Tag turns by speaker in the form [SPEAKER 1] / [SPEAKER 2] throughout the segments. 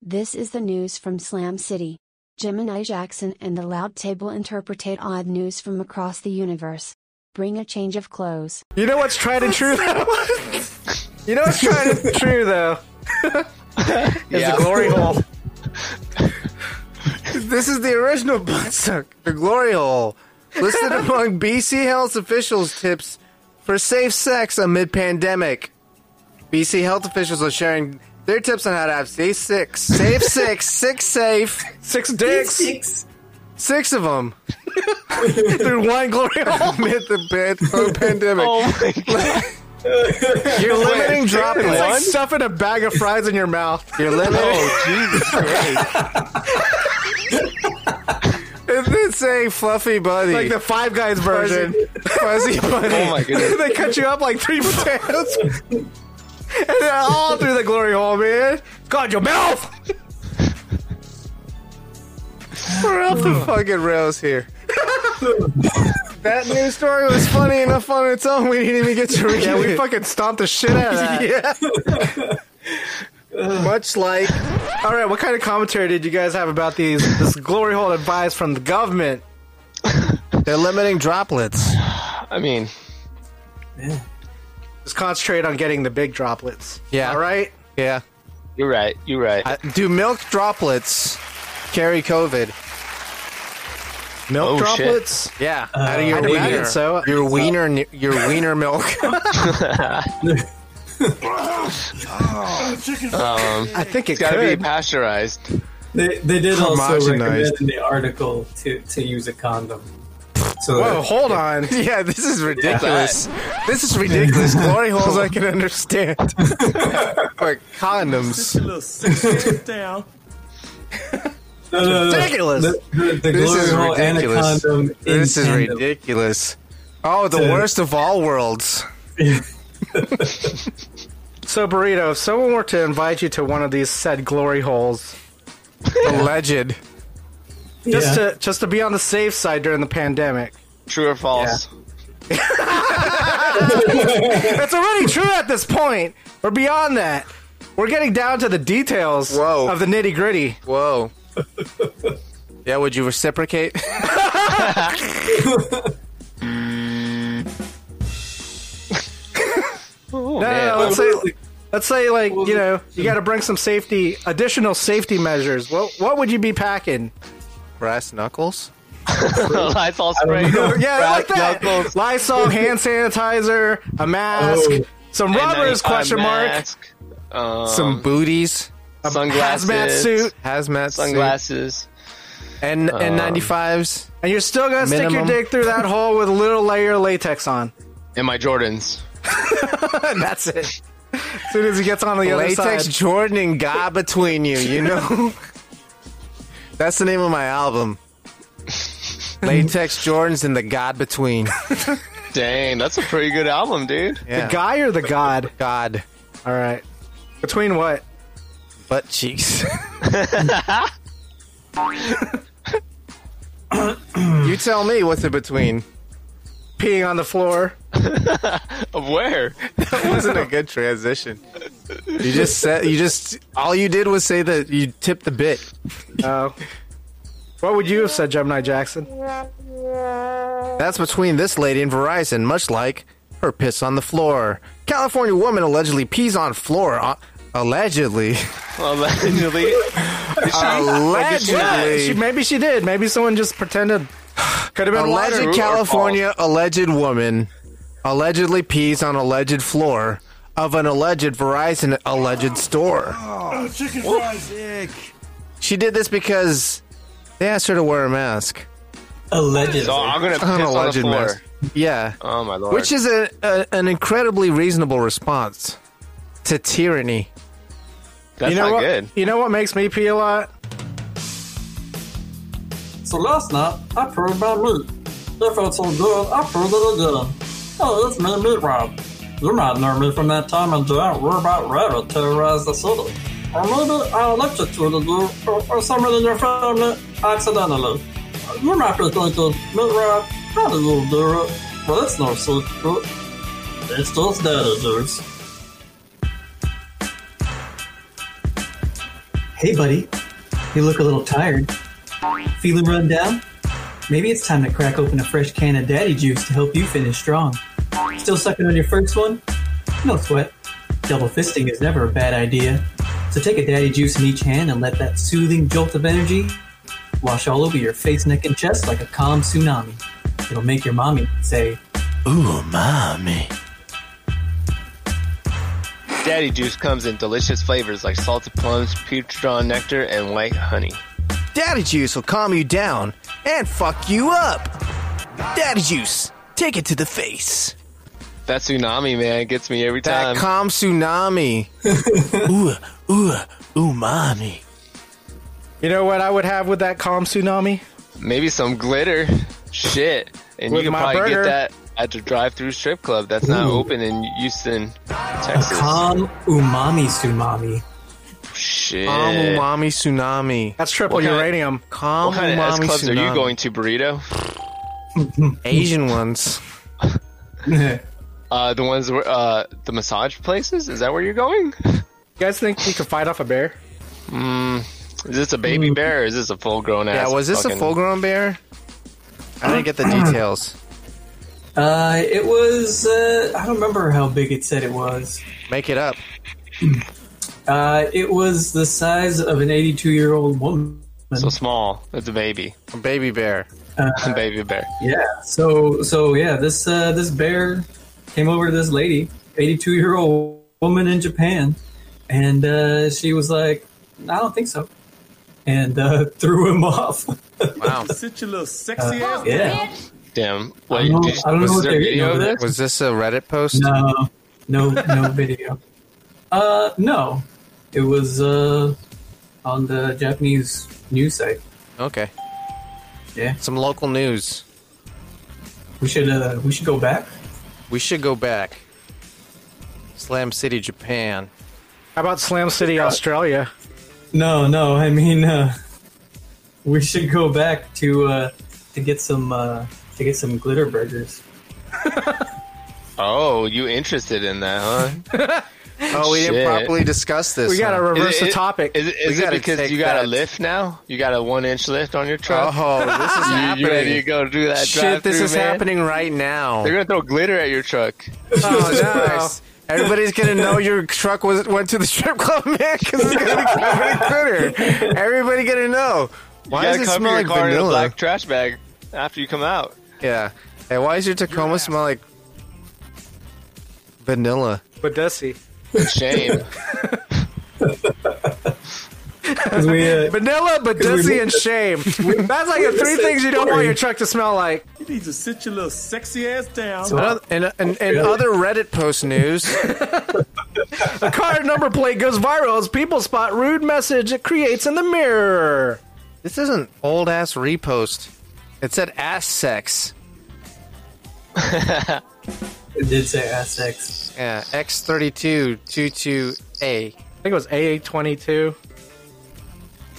[SPEAKER 1] This is the news from Slam City. Gemini Jackson and the Loud Table interpretate odd news from across the universe. Bring a change of clothes.
[SPEAKER 2] You know what's tried and true though? you know what's tried and true though? it's
[SPEAKER 3] Yeah.
[SPEAKER 2] the glory hole. this is the original buttsuck, the glory hole. Listed among BC Health officials' tips for safe sex amid pandemic. BC Health officials are sharing their tips on how to have safe sex. Safe sex, six safe,
[SPEAKER 3] Six dicks.
[SPEAKER 4] Six.
[SPEAKER 2] six of them. Through one glory hole amid the pan- pandemic.
[SPEAKER 3] Oh my god. You're
[SPEAKER 2] limiting droplets.
[SPEAKER 3] One?
[SPEAKER 2] It's like stuffing a bag of fries in your mouth. Oh, You're limiting.
[SPEAKER 3] Jesus Christ.
[SPEAKER 2] Isn't it saying fluffy bunny?
[SPEAKER 5] Like the Five Guys version.
[SPEAKER 2] fuzzy bunny.
[SPEAKER 3] Oh my goodness.
[SPEAKER 2] they cut you up like three potatoes. and they're all through the glory hole, man.
[SPEAKER 5] God, your mouth!
[SPEAKER 2] We're off the fucking rails here. that news story was funny enough on its own. We didn't even get to read
[SPEAKER 5] Yeah,
[SPEAKER 2] it.
[SPEAKER 5] we fucking stomped the shit out of that.
[SPEAKER 2] yeah. Much like
[SPEAKER 5] All right, what kind of commentary did you guys have about these this glory hole advice from the government?
[SPEAKER 2] they're limiting droplets.
[SPEAKER 3] I mean,
[SPEAKER 5] Just concentrate on getting the big droplets.
[SPEAKER 2] Yeah.
[SPEAKER 5] All right.
[SPEAKER 2] Yeah.
[SPEAKER 3] you're right. You're right.
[SPEAKER 2] Uh, do milk droplets carry COVID?
[SPEAKER 5] Milk
[SPEAKER 3] Oh, shit.
[SPEAKER 5] droplets.
[SPEAKER 2] Yeah,
[SPEAKER 3] Uh,
[SPEAKER 2] out of your
[SPEAKER 5] I'd imagine
[SPEAKER 2] wiener.
[SPEAKER 5] so.
[SPEAKER 2] Your wiener, your wiener milk.
[SPEAKER 3] Um,
[SPEAKER 5] I think it
[SPEAKER 3] it's got to be
[SPEAKER 5] could.
[SPEAKER 3] pasteurized.
[SPEAKER 4] They, they did also
[SPEAKER 2] Homogenized.
[SPEAKER 4] recommend in the article to, to use a condom. So
[SPEAKER 5] Whoa,
[SPEAKER 4] that,
[SPEAKER 5] hold on.
[SPEAKER 2] yeah, this is ridiculous. This is ridiculous. Glory holes, I can understand. but condoms.
[SPEAKER 4] no, no, no.
[SPEAKER 2] Ridiculous.
[SPEAKER 4] The, the, the
[SPEAKER 2] This
[SPEAKER 4] glory
[SPEAKER 2] is
[SPEAKER 4] hole and a
[SPEAKER 2] ridiculous.
[SPEAKER 4] condom. in
[SPEAKER 2] This is
[SPEAKER 4] tandem.
[SPEAKER 2] ridiculous. Oh, the
[SPEAKER 4] Dude.
[SPEAKER 2] worst of all worlds.
[SPEAKER 5] So burrito, if someone were to invite you to one of these said glory holes,
[SPEAKER 2] Alleged.
[SPEAKER 5] just
[SPEAKER 4] Yeah.
[SPEAKER 5] to just to be on the safe side during the pandemic,
[SPEAKER 3] True or false?
[SPEAKER 5] it's already true at this point. We're beyond that. We're getting down to the details
[SPEAKER 2] Whoa.
[SPEAKER 5] of the nitty gritty.
[SPEAKER 2] Whoa. Yeah, would you reciprocate?
[SPEAKER 3] Oh,
[SPEAKER 5] No, no,
[SPEAKER 3] man.
[SPEAKER 5] no, let's say, let's say, like you know, you got to bring some safety, additional safety measures. What what would you be packing?
[SPEAKER 2] Brass knuckles?
[SPEAKER 3] Lysol spray.
[SPEAKER 5] Yeah, like that. Lysol, hand sanitizer, a mask,
[SPEAKER 4] Oh.
[SPEAKER 5] some rubbers? Question mark.
[SPEAKER 3] mark. Um,
[SPEAKER 2] Some booties?
[SPEAKER 3] sunglasses.
[SPEAKER 5] hazmat suit.
[SPEAKER 2] Hazmat suit,
[SPEAKER 3] Sunglasses.
[SPEAKER 2] And,
[SPEAKER 5] Um,
[SPEAKER 2] and 95s?
[SPEAKER 5] And you're still gonna
[SPEAKER 2] Minimum.
[SPEAKER 5] stick your dick through that hole with a little layer of latex on.
[SPEAKER 3] And my Jordans.
[SPEAKER 5] And that's it. As soon as he gets on the other
[SPEAKER 2] Latex
[SPEAKER 5] side,
[SPEAKER 2] Jordan and God between you, you know? That's the name of my album. Latex Jordans and the God between.
[SPEAKER 3] Dang, that's a pretty good album, dude.
[SPEAKER 2] Yeah.
[SPEAKER 5] the guy or the god.
[SPEAKER 2] God
[SPEAKER 5] All right. Between what?
[SPEAKER 2] butt cheeks. you tell me what's in between.
[SPEAKER 5] Peeing on the floor.
[SPEAKER 3] Of where?
[SPEAKER 2] That wasn't a good transition. You just said you just all you did was say that you tipped the bit.
[SPEAKER 5] Oh. What would you have said, Gemini Jackson?
[SPEAKER 2] That's between this lady and Verizon, much like her piss on the floor. California woman allegedly pees on floor. uh, allegedly.
[SPEAKER 3] Allegedly.
[SPEAKER 5] Yeah, she,
[SPEAKER 2] allegedly.
[SPEAKER 5] maybe she did. Maybe someone just pretended. Could have been water.
[SPEAKER 2] Alleged
[SPEAKER 3] True or
[SPEAKER 2] California alleged woman allegedly pees on alleged floor of an alleged Verizon alleged store.
[SPEAKER 6] Oh, Chicken fries, ick.
[SPEAKER 2] She did this because they asked her to wear a mask.
[SPEAKER 4] Allegedly.
[SPEAKER 3] So Oh, I'm gonna piss
[SPEAKER 2] An
[SPEAKER 3] on the
[SPEAKER 2] alleged
[SPEAKER 3] floor.
[SPEAKER 2] mask. Yeah.
[SPEAKER 3] Oh my lord.
[SPEAKER 2] Which is a, a, an incredibly reasonable response to tyranny.
[SPEAKER 3] that's
[SPEAKER 5] you know
[SPEAKER 3] not
[SPEAKER 5] what?
[SPEAKER 3] good.
[SPEAKER 5] You know what makes me pee a lot?
[SPEAKER 4] So last night, I proved my meat. It felt so good, I proved it again. Oh, it's me, Meat Rob. You might know me from that time in giant robot rabbit terrorized the city. Or maybe I electrocuted you, or, or someone in your family, accidentally. You might be thinking, Meat Rob, how do you do it? Well, it's no secret. It's just data juice. Hey, buddy, you look a little tired. Feeling run down? Maybe it's time to crack open a fresh can of daddy juice to help you finish strong. Still sucking on your first one? No sweat. Double fisting is never a bad idea. So take a daddy juice in each hand and let that soothing jolt of energy wash all over your face, neck, and chest like a calm tsunami. It'll make your mommy say,
[SPEAKER 6] Ooh, mommy.
[SPEAKER 3] Daddy juice comes in delicious flavors like salted plums, Putron nectar, and white honey.
[SPEAKER 2] Daddy Juice will calm you down and fuck you up. Daddy Juice, take it to the face.
[SPEAKER 3] That tsunami, man, gets me every
[SPEAKER 2] That
[SPEAKER 3] time.
[SPEAKER 2] calm tsunami.
[SPEAKER 6] Ooh, ooh, ooh, mommy.
[SPEAKER 5] You know what I would have with that calm tsunami?
[SPEAKER 3] Maybe some glitter. Shit. And
[SPEAKER 5] With
[SPEAKER 3] you can
[SPEAKER 5] my
[SPEAKER 3] probably
[SPEAKER 5] burger.
[SPEAKER 3] get that at the drive through strip club that's not open in Houston, Texas.
[SPEAKER 4] calm umami tsunami.
[SPEAKER 3] Shit.
[SPEAKER 2] Calm umami tsunami.
[SPEAKER 5] That's triple
[SPEAKER 3] What kind-
[SPEAKER 5] uranium.
[SPEAKER 2] Calm
[SPEAKER 3] What kind of S
[SPEAKER 2] umami
[SPEAKER 3] clubs are
[SPEAKER 2] tsunami.
[SPEAKER 3] you going to, burrito?
[SPEAKER 2] Asian ones.
[SPEAKER 3] Uh, the ones where uh, the massage places? Is that where you're going?
[SPEAKER 5] You guys think you could fight off a bear?
[SPEAKER 3] Is this a baby
[SPEAKER 4] Mm.
[SPEAKER 3] bear or is this a full grown ass?
[SPEAKER 2] Yeah, was this a
[SPEAKER 3] fucking-
[SPEAKER 2] full grown bear? I didn't get the details.
[SPEAKER 4] Uh, it was, uh, I don't remember how big it said it was.
[SPEAKER 2] Make it up.
[SPEAKER 4] Uh, it was the size of an 82 year old woman.
[SPEAKER 3] So small. It's a baby.
[SPEAKER 2] A baby bear.
[SPEAKER 3] A baby bear.
[SPEAKER 4] Yeah. So so yeah, this uh, this bear came over to this lady, 82 year old woman in Japan, and uh, she was like, "I don't think so," and uh, threw him off. Uh,
[SPEAKER 2] Wow.
[SPEAKER 6] Sit your little sexy ass.
[SPEAKER 4] yeah.
[SPEAKER 3] Damn.
[SPEAKER 4] I
[SPEAKER 3] Wait,
[SPEAKER 4] don't know-
[SPEAKER 3] did,
[SPEAKER 4] I don't know
[SPEAKER 3] was
[SPEAKER 4] what
[SPEAKER 3] there
[SPEAKER 4] they're eating
[SPEAKER 3] video of
[SPEAKER 4] over
[SPEAKER 3] this?
[SPEAKER 4] there.
[SPEAKER 2] Was this a Reddit post?
[SPEAKER 4] No, no, no video. Uh, no, it was uh, on the Japanese news site.
[SPEAKER 2] Okay.
[SPEAKER 4] Yeah,
[SPEAKER 2] Some local news.
[SPEAKER 4] we should uh, we should go back.
[SPEAKER 2] We should go back. Slam City, Japan.
[SPEAKER 5] How about Slam City, Australia?
[SPEAKER 4] No, no. I mean, uh, we should go back to uh, to get some uh, to get some glitter burgers.
[SPEAKER 3] Oh, you interested in that, huh?
[SPEAKER 2] Oh, we
[SPEAKER 3] Shit.
[SPEAKER 2] didn't properly discuss this.
[SPEAKER 5] We gotta
[SPEAKER 2] huh?
[SPEAKER 5] reverse
[SPEAKER 3] Is
[SPEAKER 5] the
[SPEAKER 3] it-
[SPEAKER 5] topic.
[SPEAKER 3] Is, it- is
[SPEAKER 2] We
[SPEAKER 3] it
[SPEAKER 2] gotta
[SPEAKER 3] because
[SPEAKER 2] take
[SPEAKER 3] you got a
[SPEAKER 2] that.
[SPEAKER 3] lift now? You got a one inch lift on your truck?
[SPEAKER 2] Oh, this is
[SPEAKER 3] You- you, ready to
[SPEAKER 2] happening.
[SPEAKER 3] go do that
[SPEAKER 2] Shit, this
[SPEAKER 3] drive-thru,
[SPEAKER 2] is
[SPEAKER 3] man?
[SPEAKER 2] happening right now.
[SPEAKER 3] They're gonna throw glitter at your truck.
[SPEAKER 2] Oh, nice. Everybody's gonna know your truck was went to the strip club, man, because it's gonna be covered in glitter. Everybody gonna know. Why
[SPEAKER 3] you
[SPEAKER 2] does
[SPEAKER 3] gotta
[SPEAKER 2] it
[SPEAKER 3] cover
[SPEAKER 2] smell
[SPEAKER 3] your
[SPEAKER 2] like
[SPEAKER 3] car in a
[SPEAKER 2] vanilla?
[SPEAKER 3] black trash bag after you come out.
[SPEAKER 2] Yeah. Hey, why does your Tacoma smell like vanilla?
[SPEAKER 5] But Desi.
[SPEAKER 3] Shame.
[SPEAKER 4] Cause we, uh,
[SPEAKER 5] Vanilla, Badesi, and shame. That's like the three things you don't want your truck to smell like.
[SPEAKER 6] You need to sit your little sexy ass down.
[SPEAKER 4] so,
[SPEAKER 2] And and, and other Reddit post news.
[SPEAKER 5] A car number plate goes viral as people spot rude message it creates in the mirror.
[SPEAKER 2] This is an old ass repost. It said ass sex.
[SPEAKER 4] it did say Aztecs.
[SPEAKER 2] Yeah, uh, X thirty two two two A.
[SPEAKER 5] I think it was A22.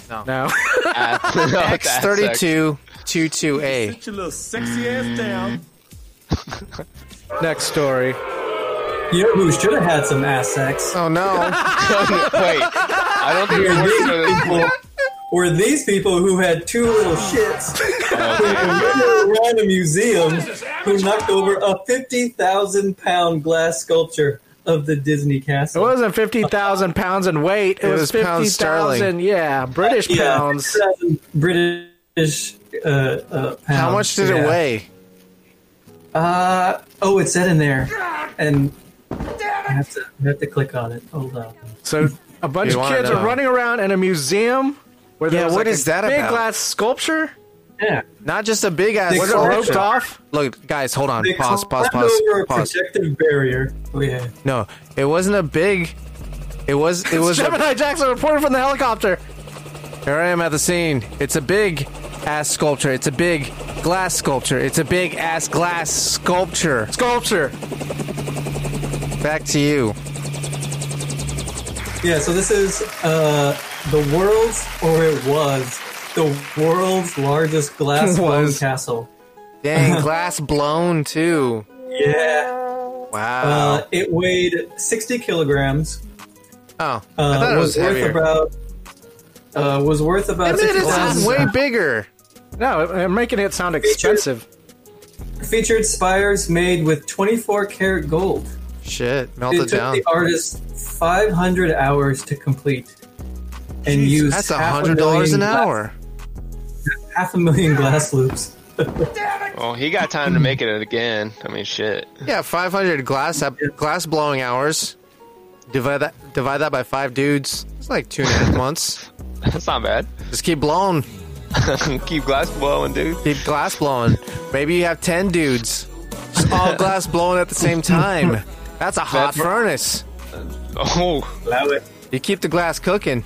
[SPEAKER 2] No.
[SPEAKER 5] No.
[SPEAKER 2] X thirty two two two A.
[SPEAKER 6] Sit your little sexy ass down.
[SPEAKER 5] Next story.
[SPEAKER 4] You know who should have had some Aztecs?
[SPEAKER 2] Oh no!
[SPEAKER 3] Wait, I don't think you're working for this
[SPEAKER 4] Well, were these people who had two little shits who were around a museum who knocked over a 50,000 pound glass sculpture of the Disney
[SPEAKER 5] It
[SPEAKER 4] castle?
[SPEAKER 5] wasn't 50,000 pounds in weight. It,
[SPEAKER 2] It
[SPEAKER 5] was,
[SPEAKER 2] was pounds
[SPEAKER 5] 50,000,
[SPEAKER 2] sterling.
[SPEAKER 5] yeah, British
[SPEAKER 4] Yeah,
[SPEAKER 5] pounds.
[SPEAKER 4] 50,000 British uh, uh, pounds.
[SPEAKER 2] How much did it
[SPEAKER 4] yeah.
[SPEAKER 2] weigh?
[SPEAKER 4] Uh, oh, it's said in there. And I have to, I have to click on it. Hold on.
[SPEAKER 5] So a bunch
[SPEAKER 2] You
[SPEAKER 5] of
[SPEAKER 2] wanna
[SPEAKER 5] kids are
[SPEAKER 2] know.
[SPEAKER 5] running around in a museum. Where
[SPEAKER 2] Yeah,
[SPEAKER 5] there was
[SPEAKER 2] what
[SPEAKER 5] like
[SPEAKER 2] is
[SPEAKER 5] a
[SPEAKER 2] that
[SPEAKER 5] big
[SPEAKER 2] about?
[SPEAKER 5] glass sculpture?
[SPEAKER 4] Yeah.
[SPEAKER 2] Not just a big ass.
[SPEAKER 4] They
[SPEAKER 5] Was it
[SPEAKER 4] Sculpture.
[SPEAKER 5] roped off?
[SPEAKER 2] Look, guys, hold on.
[SPEAKER 4] They
[SPEAKER 2] Pause. Pause.
[SPEAKER 4] climbed
[SPEAKER 2] Pause.
[SPEAKER 4] over a
[SPEAKER 2] Pause.
[SPEAKER 4] protective barrier. Oh, yeah.
[SPEAKER 2] No, it wasn't a big. It was. It was. a,
[SPEAKER 5] Gemini Jackson reported from the helicopter.
[SPEAKER 2] here I am at the scene. It's a big ass sculpture. It's a big glass sculpture. It's a big ass glass sculpture.
[SPEAKER 5] Sculpture.
[SPEAKER 2] Back to you.
[SPEAKER 4] Yeah, so this is uh, the world's, or it was, the world's largest glass blown
[SPEAKER 2] Was.
[SPEAKER 4] castle.
[SPEAKER 2] Dang, glass blown too.
[SPEAKER 4] Yeah.
[SPEAKER 2] Wow.
[SPEAKER 4] Uh, it weighed 60 kilograms.
[SPEAKER 2] oh,
[SPEAKER 4] Uh,
[SPEAKER 2] I thought it was
[SPEAKER 4] worth
[SPEAKER 2] heavier.
[SPEAKER 4] about uh, was worth about
[SPEAKER 2] It
[SPEAKER 4] sixty
[SPEAKER 2] is
[SPEAKER 4] thousand.
[SPEAKER 2] way bigger.
[SPEAKER 5] No, I'm making it sound expensive.
[SPEAKER 4] Featured spires made with twenty-four karat gold.
[SPEAKER 2] Shit, melt
[SPEAKER 4] It
[SPEAKER 2] it
[SPEAKER 4] took
[SPEAKER 2] down.
[SPEAKER 4] the artist five hundred hours to complete, and used
[SPEAKER 2] That's a
[SPEAKER 4] half
[SPEAKER 2] hundred
[SPEAKER 4] million
[SPEAKER 2] dollars an
[SPEAKER 4] glass-
[SPEAKER 2] hour.
[SPEAKER 4] half a million glass loops.
[SPEAKER 3] Well, he got time to make it again. I mean, shit.
[SPEAKER 2] Yeah, five hundred glass up, glass blowing hours. Divide that divide that by five dudes. It's like two and a half months.
[SPEAKER 3] That's not bad.
[SPEAKER 2] Just keep blowing,
[SPEAKER 3] Keep glass blowing, dude.
[SPEAKER 2] keep glass blowing. Maybe you have ten dudes, Just all glass blowing at the same time. That's a hot
[SPEAKER 3] That's-
[SPEAKER 2] furnace.
[SPEAKER 3] Oh,
[SPEAKER 4] Allow it.
[SPEAKER 2] You keep the glass cooking.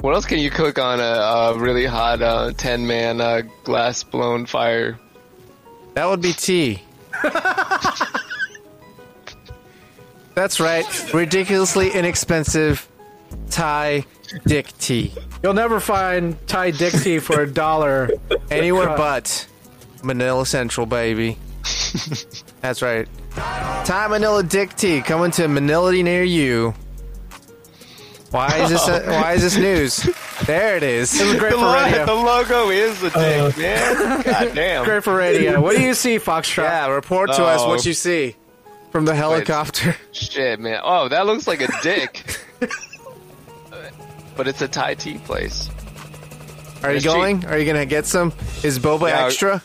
[SPEAKER 3] what else can you cook on a, a really hot uh, ten man uh, glass blown fire?
[SPEAKER 2] That would be tea. That's right. Ridiculously inexpensive Thai dick tea.
[SPEAKER 5] You'll never find Thai dick tea for a dollar.
[SPEAKER 2] Anywhere but Manila Central, baby. That's right. Thai Manila dick tea coming to a Manila near you. Why is this? why is this news? There it is. This is
[SPEAKER 5] Oh. Great
[SPEAKER 3] The,
[SPEAKER 5] for
[SPEAKER 3] lo- the
[SPEAKER 5] radio.
[SPEAKER 3] logo is the dick,
[SPEAKER 2] Uh,
[SPEAKER 3] man. God damn.
[SPEAKER 5] Great for radio. What do you see, Foxtrot?
[SPEAKER 2] Yeah, report to us what
[SPEAKER 3] Oh.
[SPEAKER 2] you see from the helicopter.
[SPEAKER 3] Shit, man. Oh, that looks like a dick. but it's a Thai tea place.
[SPEAKER 2] Are you
[SPEAKER 3] It's cheap.
[SPEAKER 2] going? Are you gonna get some? Is boba
[SPEAKER 3] Yeah.
[SPEAKER 2] extra?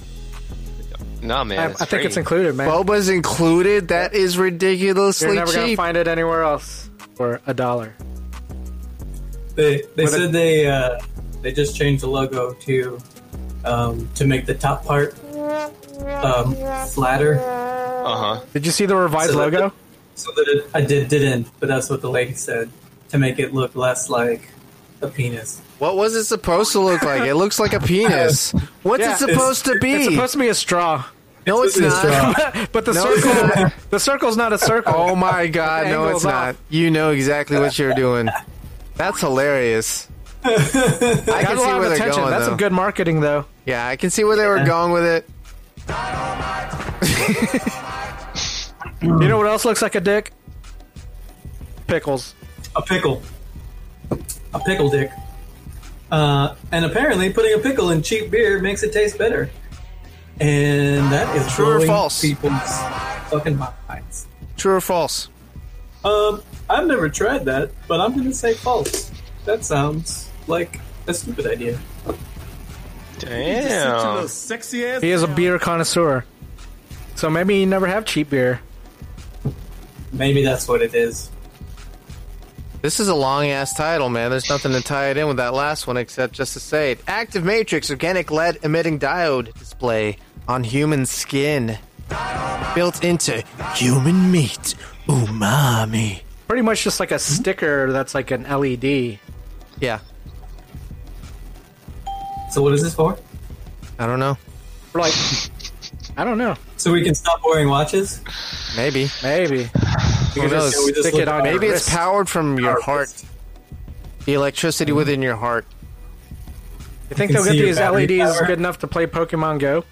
[SPEAKER 3] Nah, man.
[SPEAKER 5] I, I
[SPEAKER 3] it's
[SPEAKER 5] think it's
[SPEAKER 3] free.
[SPEAKER 5] included, man.
[SPEAKER 2] Boba's included. That is
[SPEAKER 5] You're
[SPEAKER 2] ridiculously
[SPEAKER 5] never gonna
[SPEAKER 2] cheap.
[SPEAKER 5] find it anywhere else for a dollar.
[SPEAKER 4] They they said they uh, they just changed the logo to um, to make the top part um, flatter,
[SPEAKER 3] Uh huh.
[SPEAKER 5] Did you see the revised
[SPEAKER 4] So that-
[SPEAKER 5] logo?
[SPEAKER 4] so that it, I did didn't, but that's what the lady said to make it look less like a penis.
[SPEAKER 2] What was it supposed to look like? It looks like a penis. What's
[SPEAKER 5] Yeah,
[SPEAKER 2] it supposed to be?
[SPEAKER 5] It's supposed to be a straw,
[SPEAKER 2] no, it's
[SPEAKER 4] This is
[SPEAKER 2] not.
[SPEAKER 4] wrong.
[SPEAKER 5] but the
[SPEAKER 2] No, it's
[SPEAKER 5] circle,
[SPEAKER 2] not.
[SPEAKER 5] the circle's not a circle.
[SPEAKER 2] Oh my god, no, it's
[SPEAKER 5] Angles off.
[SPEAKER 2] not. You know exactly what you're doing. That's hilarious. I
[SPEAKER 5] Got
[SPEAKER 2] can
[SPEAKER 5] a
[SPEAKER 2] see
[SPEAKER 5] lot
[SPEAKER 2] where
[SPEAKER 5] of
[SPEAKER 2] they're
[SPEAKER 5] attention.
[SPEAKER 2] going.
[SPEAKER 5] That's
[SPEAKER 2] though.
[SPEAKER 5] some good marketing, though.
[SPEAKER 2] yeah, I can see where they were going with it.
[SPEAKER 5] You know what else looks like a dick? Pickles.
[SPEAKER 4] a pickle, a pickle dick, uh, and apparently putting a pickle in cheap beer makes it taste better. And that is
[SPEAKER 2] True or
[SPEAKER 4] blowing
[SPEAKER 2] false?
[SPEAKER 4] People's fucking minds.
[SPEAKER 2] True or false?
[SPEAKER 4] Um, I've never tried that, but I'm gonna say false. That sounds like a stupid idea.
[SPEAKER 6] Sit your little
[SPEAKER 3] Damn.
[SPEAKER 6] sexy ass
[SPEAKER 5] He is a
[SPEAKER 6] down.
[SPEAKER 5] beer connoisseur, so maybe you never have cheap beer.
[SPEAKER 4] Maybe that's what it is.
[SPEAKER 2] This is a long ass title, man. There's nothing to tie it in with that last one except just to say it. Active Matrix Organic Lead Emitting Diode Display on Human Skin. Built into human meat. Umami.
[SPEAKER 5] Pretty much just
[SPEAKER 2] Hmm?
[SPEAKER 5] like a sticker that's like an E LED.
[SPEAKER 2] Yeah,
[SPEAKER 4] So what is this for?
[SPEAKER 2] I don't know.
[SPEAKER 5] We're like, I don't know.
[SPEAKER 4] So we can stop wearing watches?
[SPEAKER 2] Maybe.
[SPEAKER 5] Maybe
[SPEAKER 2] Who knows?
[SPEAKER 4] yeah, we just
[SPEAKER 5] stick
[SPEAKER 4] look
[SPEAKER 5] it on
[SPEAKER 4] at our
[SPEAKER 2] Maybe it's
[SPEAKER 5] wrist.
[SPEAKER 2] powered from your heart. The electricity within your heart.
[SPEAKER 5] you think
[SPEAKER 4] can
[SPEAKER 5] they'll get
[SPEAKER 4] see your
[SPEAKER 5] these
[SPEAKER 4] battery
[SPEAKER 5] LEDs
[SPEAKER 4] power.
[SPEAKER 5] good enough to play Pokemon Go?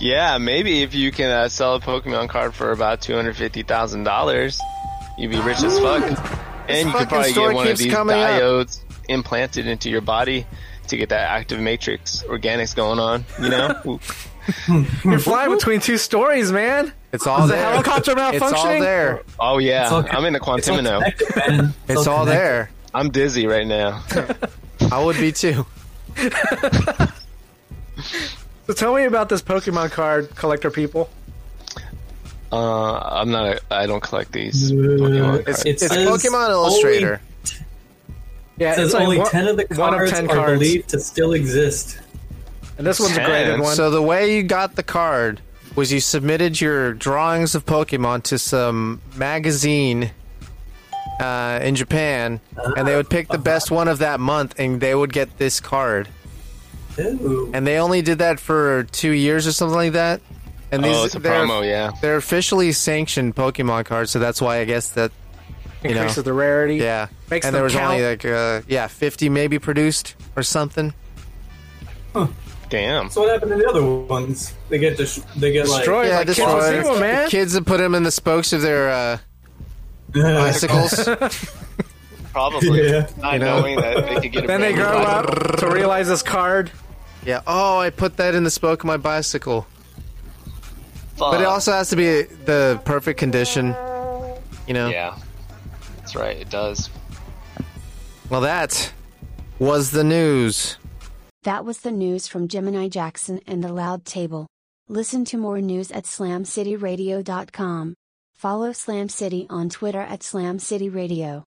[SPEAKER 3] Yeah, maybe if you can uh, sell a Pokemon card for about two hundred fifty thousand dollars, you'd be rich as fuck. And you
[SPEAKER 2] fucking
[SPEAKER 3] could probably
[SPEAKER 2] story
[SPEAKER 3] get one of
[SPEAKER 2] keeps
[SPEAKER 3] these
[SPEAKER 2] coming up.
[SPEAKER 3] diodes implanted into your body to get that active matrix organics going on. You know,
[SPEAKER 5] You're flying between two stories, man.
[SPEAKER 2] It's all
[SPEAKER 5] the
[SPEAKER 2] there.
[SPEAKER 5] helicopter
[SPEAKER 2] It's all
[SPEAKER 5] malfunctioning?
[SPEAKER 2] there.
[SPEAKER 3] oh yeah,
[SPEAKER 4] all con-
[SPEAKER 3] I'm in the Quantimino.
[SPEAKER 4] Connected, man.
[SPEAKER 2] It's all
[SPEAKER 4] connected.
[SPEAKER 2] there.
[SPEAKER 3] I'm dizzy right now.
[SPEAKER 2] I would be too.
[SPEAKER 5] So tell me about this Pokemon card collector, people.
[SPEAKER 3] Uh, I'm not. A, I don't collect these.
[SPEAKER 4] Uh,
[SPEAKER 3] Pokemon cards.
[SPEAKER 2] It's,
[SPEAKER 4] It
[SPEAKER 2] it's
[SPEAKER 4] says
[SPEAKER 2] Pokemon
[SPEAKER 4] only-
[SPEAKER 2] Illustrator.
[SPEAKER 5] Yeah,
[SPEAKER 4] It says
[SPEAKER 5] it's like
[SPEAKER 4] only
[SPEAKER 5] one-
[SPEAKER 4] ten of the
[SPEAKER 5] one of
[SPEAKER 4] cards
[SPEAKER 5] ten
[SPEAKER 4] are
[SPEAKER 5] cards,
[SPEAKER 4] believed to still exist.
[SPEAKER 5] and this one's a graded
[SPEAKER 3] Ten?
[SPEAKER 5] one.
[SPEAKER 2] So the way you got the card was you submitted your drawings of Pokemon to some magazine uh, in Japan, and they would pick the best one of that month, and they would get this card.
[SPEAKER 4] Ooh.
[SPEAKER 2] And they only did that for two years or something like that. And
[SPEAKER 3] oh, it's a
[SPEAKER 2] they're-
[SPEAKER 3] promo. Yeah.
[SPEAKER 2] They're officially sanctioned Pokemon cards, so that's why I guess that you know,
[SPEAKER 5] increases the rarity.
[SPEAKER 2] yeah.
[SPEAKER 5] Makes
[SPEAKER 2] and
[SPEAKER 5] them
[SPEAKER 2] there was
[SPEAKER 5] count.
[SPEAKER 2] only like uh, yeah, fifty maybe produced or something.
[SPEAKER 3] Damn.
[SPEAKER 4] So what happened to the other ones? They get dis- they get
[SPEAKER 5] Destroyed.
[SPEAKER 2] yeah,
[SPEAKER 5] like kids
[SPEAKER 2] destroyed.
[SPEAKER 5] with zero, man.
[SPEAKER 2] The kids that put them in the spokes of their uh,
[SPEAKER 4] like
[SPEAKER 2] bicycles.
[SPEAKER 3] Probably.
[SPEAKER 4] Yeah.
[SPEAKER 3] Not
[SPEAKER 2] know?
[SPEAKER 3] knowing that they could get a
[SPEAKER 5] Then they
[SPEAKER 3] brand new
[SPEAKER 5] grow
[SPEAKER 3] bicycle.
[SPEAKER 5] up to realize this card.
[SPEAKER 2] Yeah. Oh, I put that in the spoke of my bicycle. But it
[SPEAKER 3] Fuck.
[SPEAKER 2] also has to be the perfect condition. You know?
[SPEAKER 3] Yeah. That's right, it does.
[SPEAKER 2] Well, that was the news.
[SPEAKER 1] That was the news from Gemini Jackson and the Loud Table. Listen to more news at slamcityradio.com. Follow Slam City on Twitter at Slam City Radio.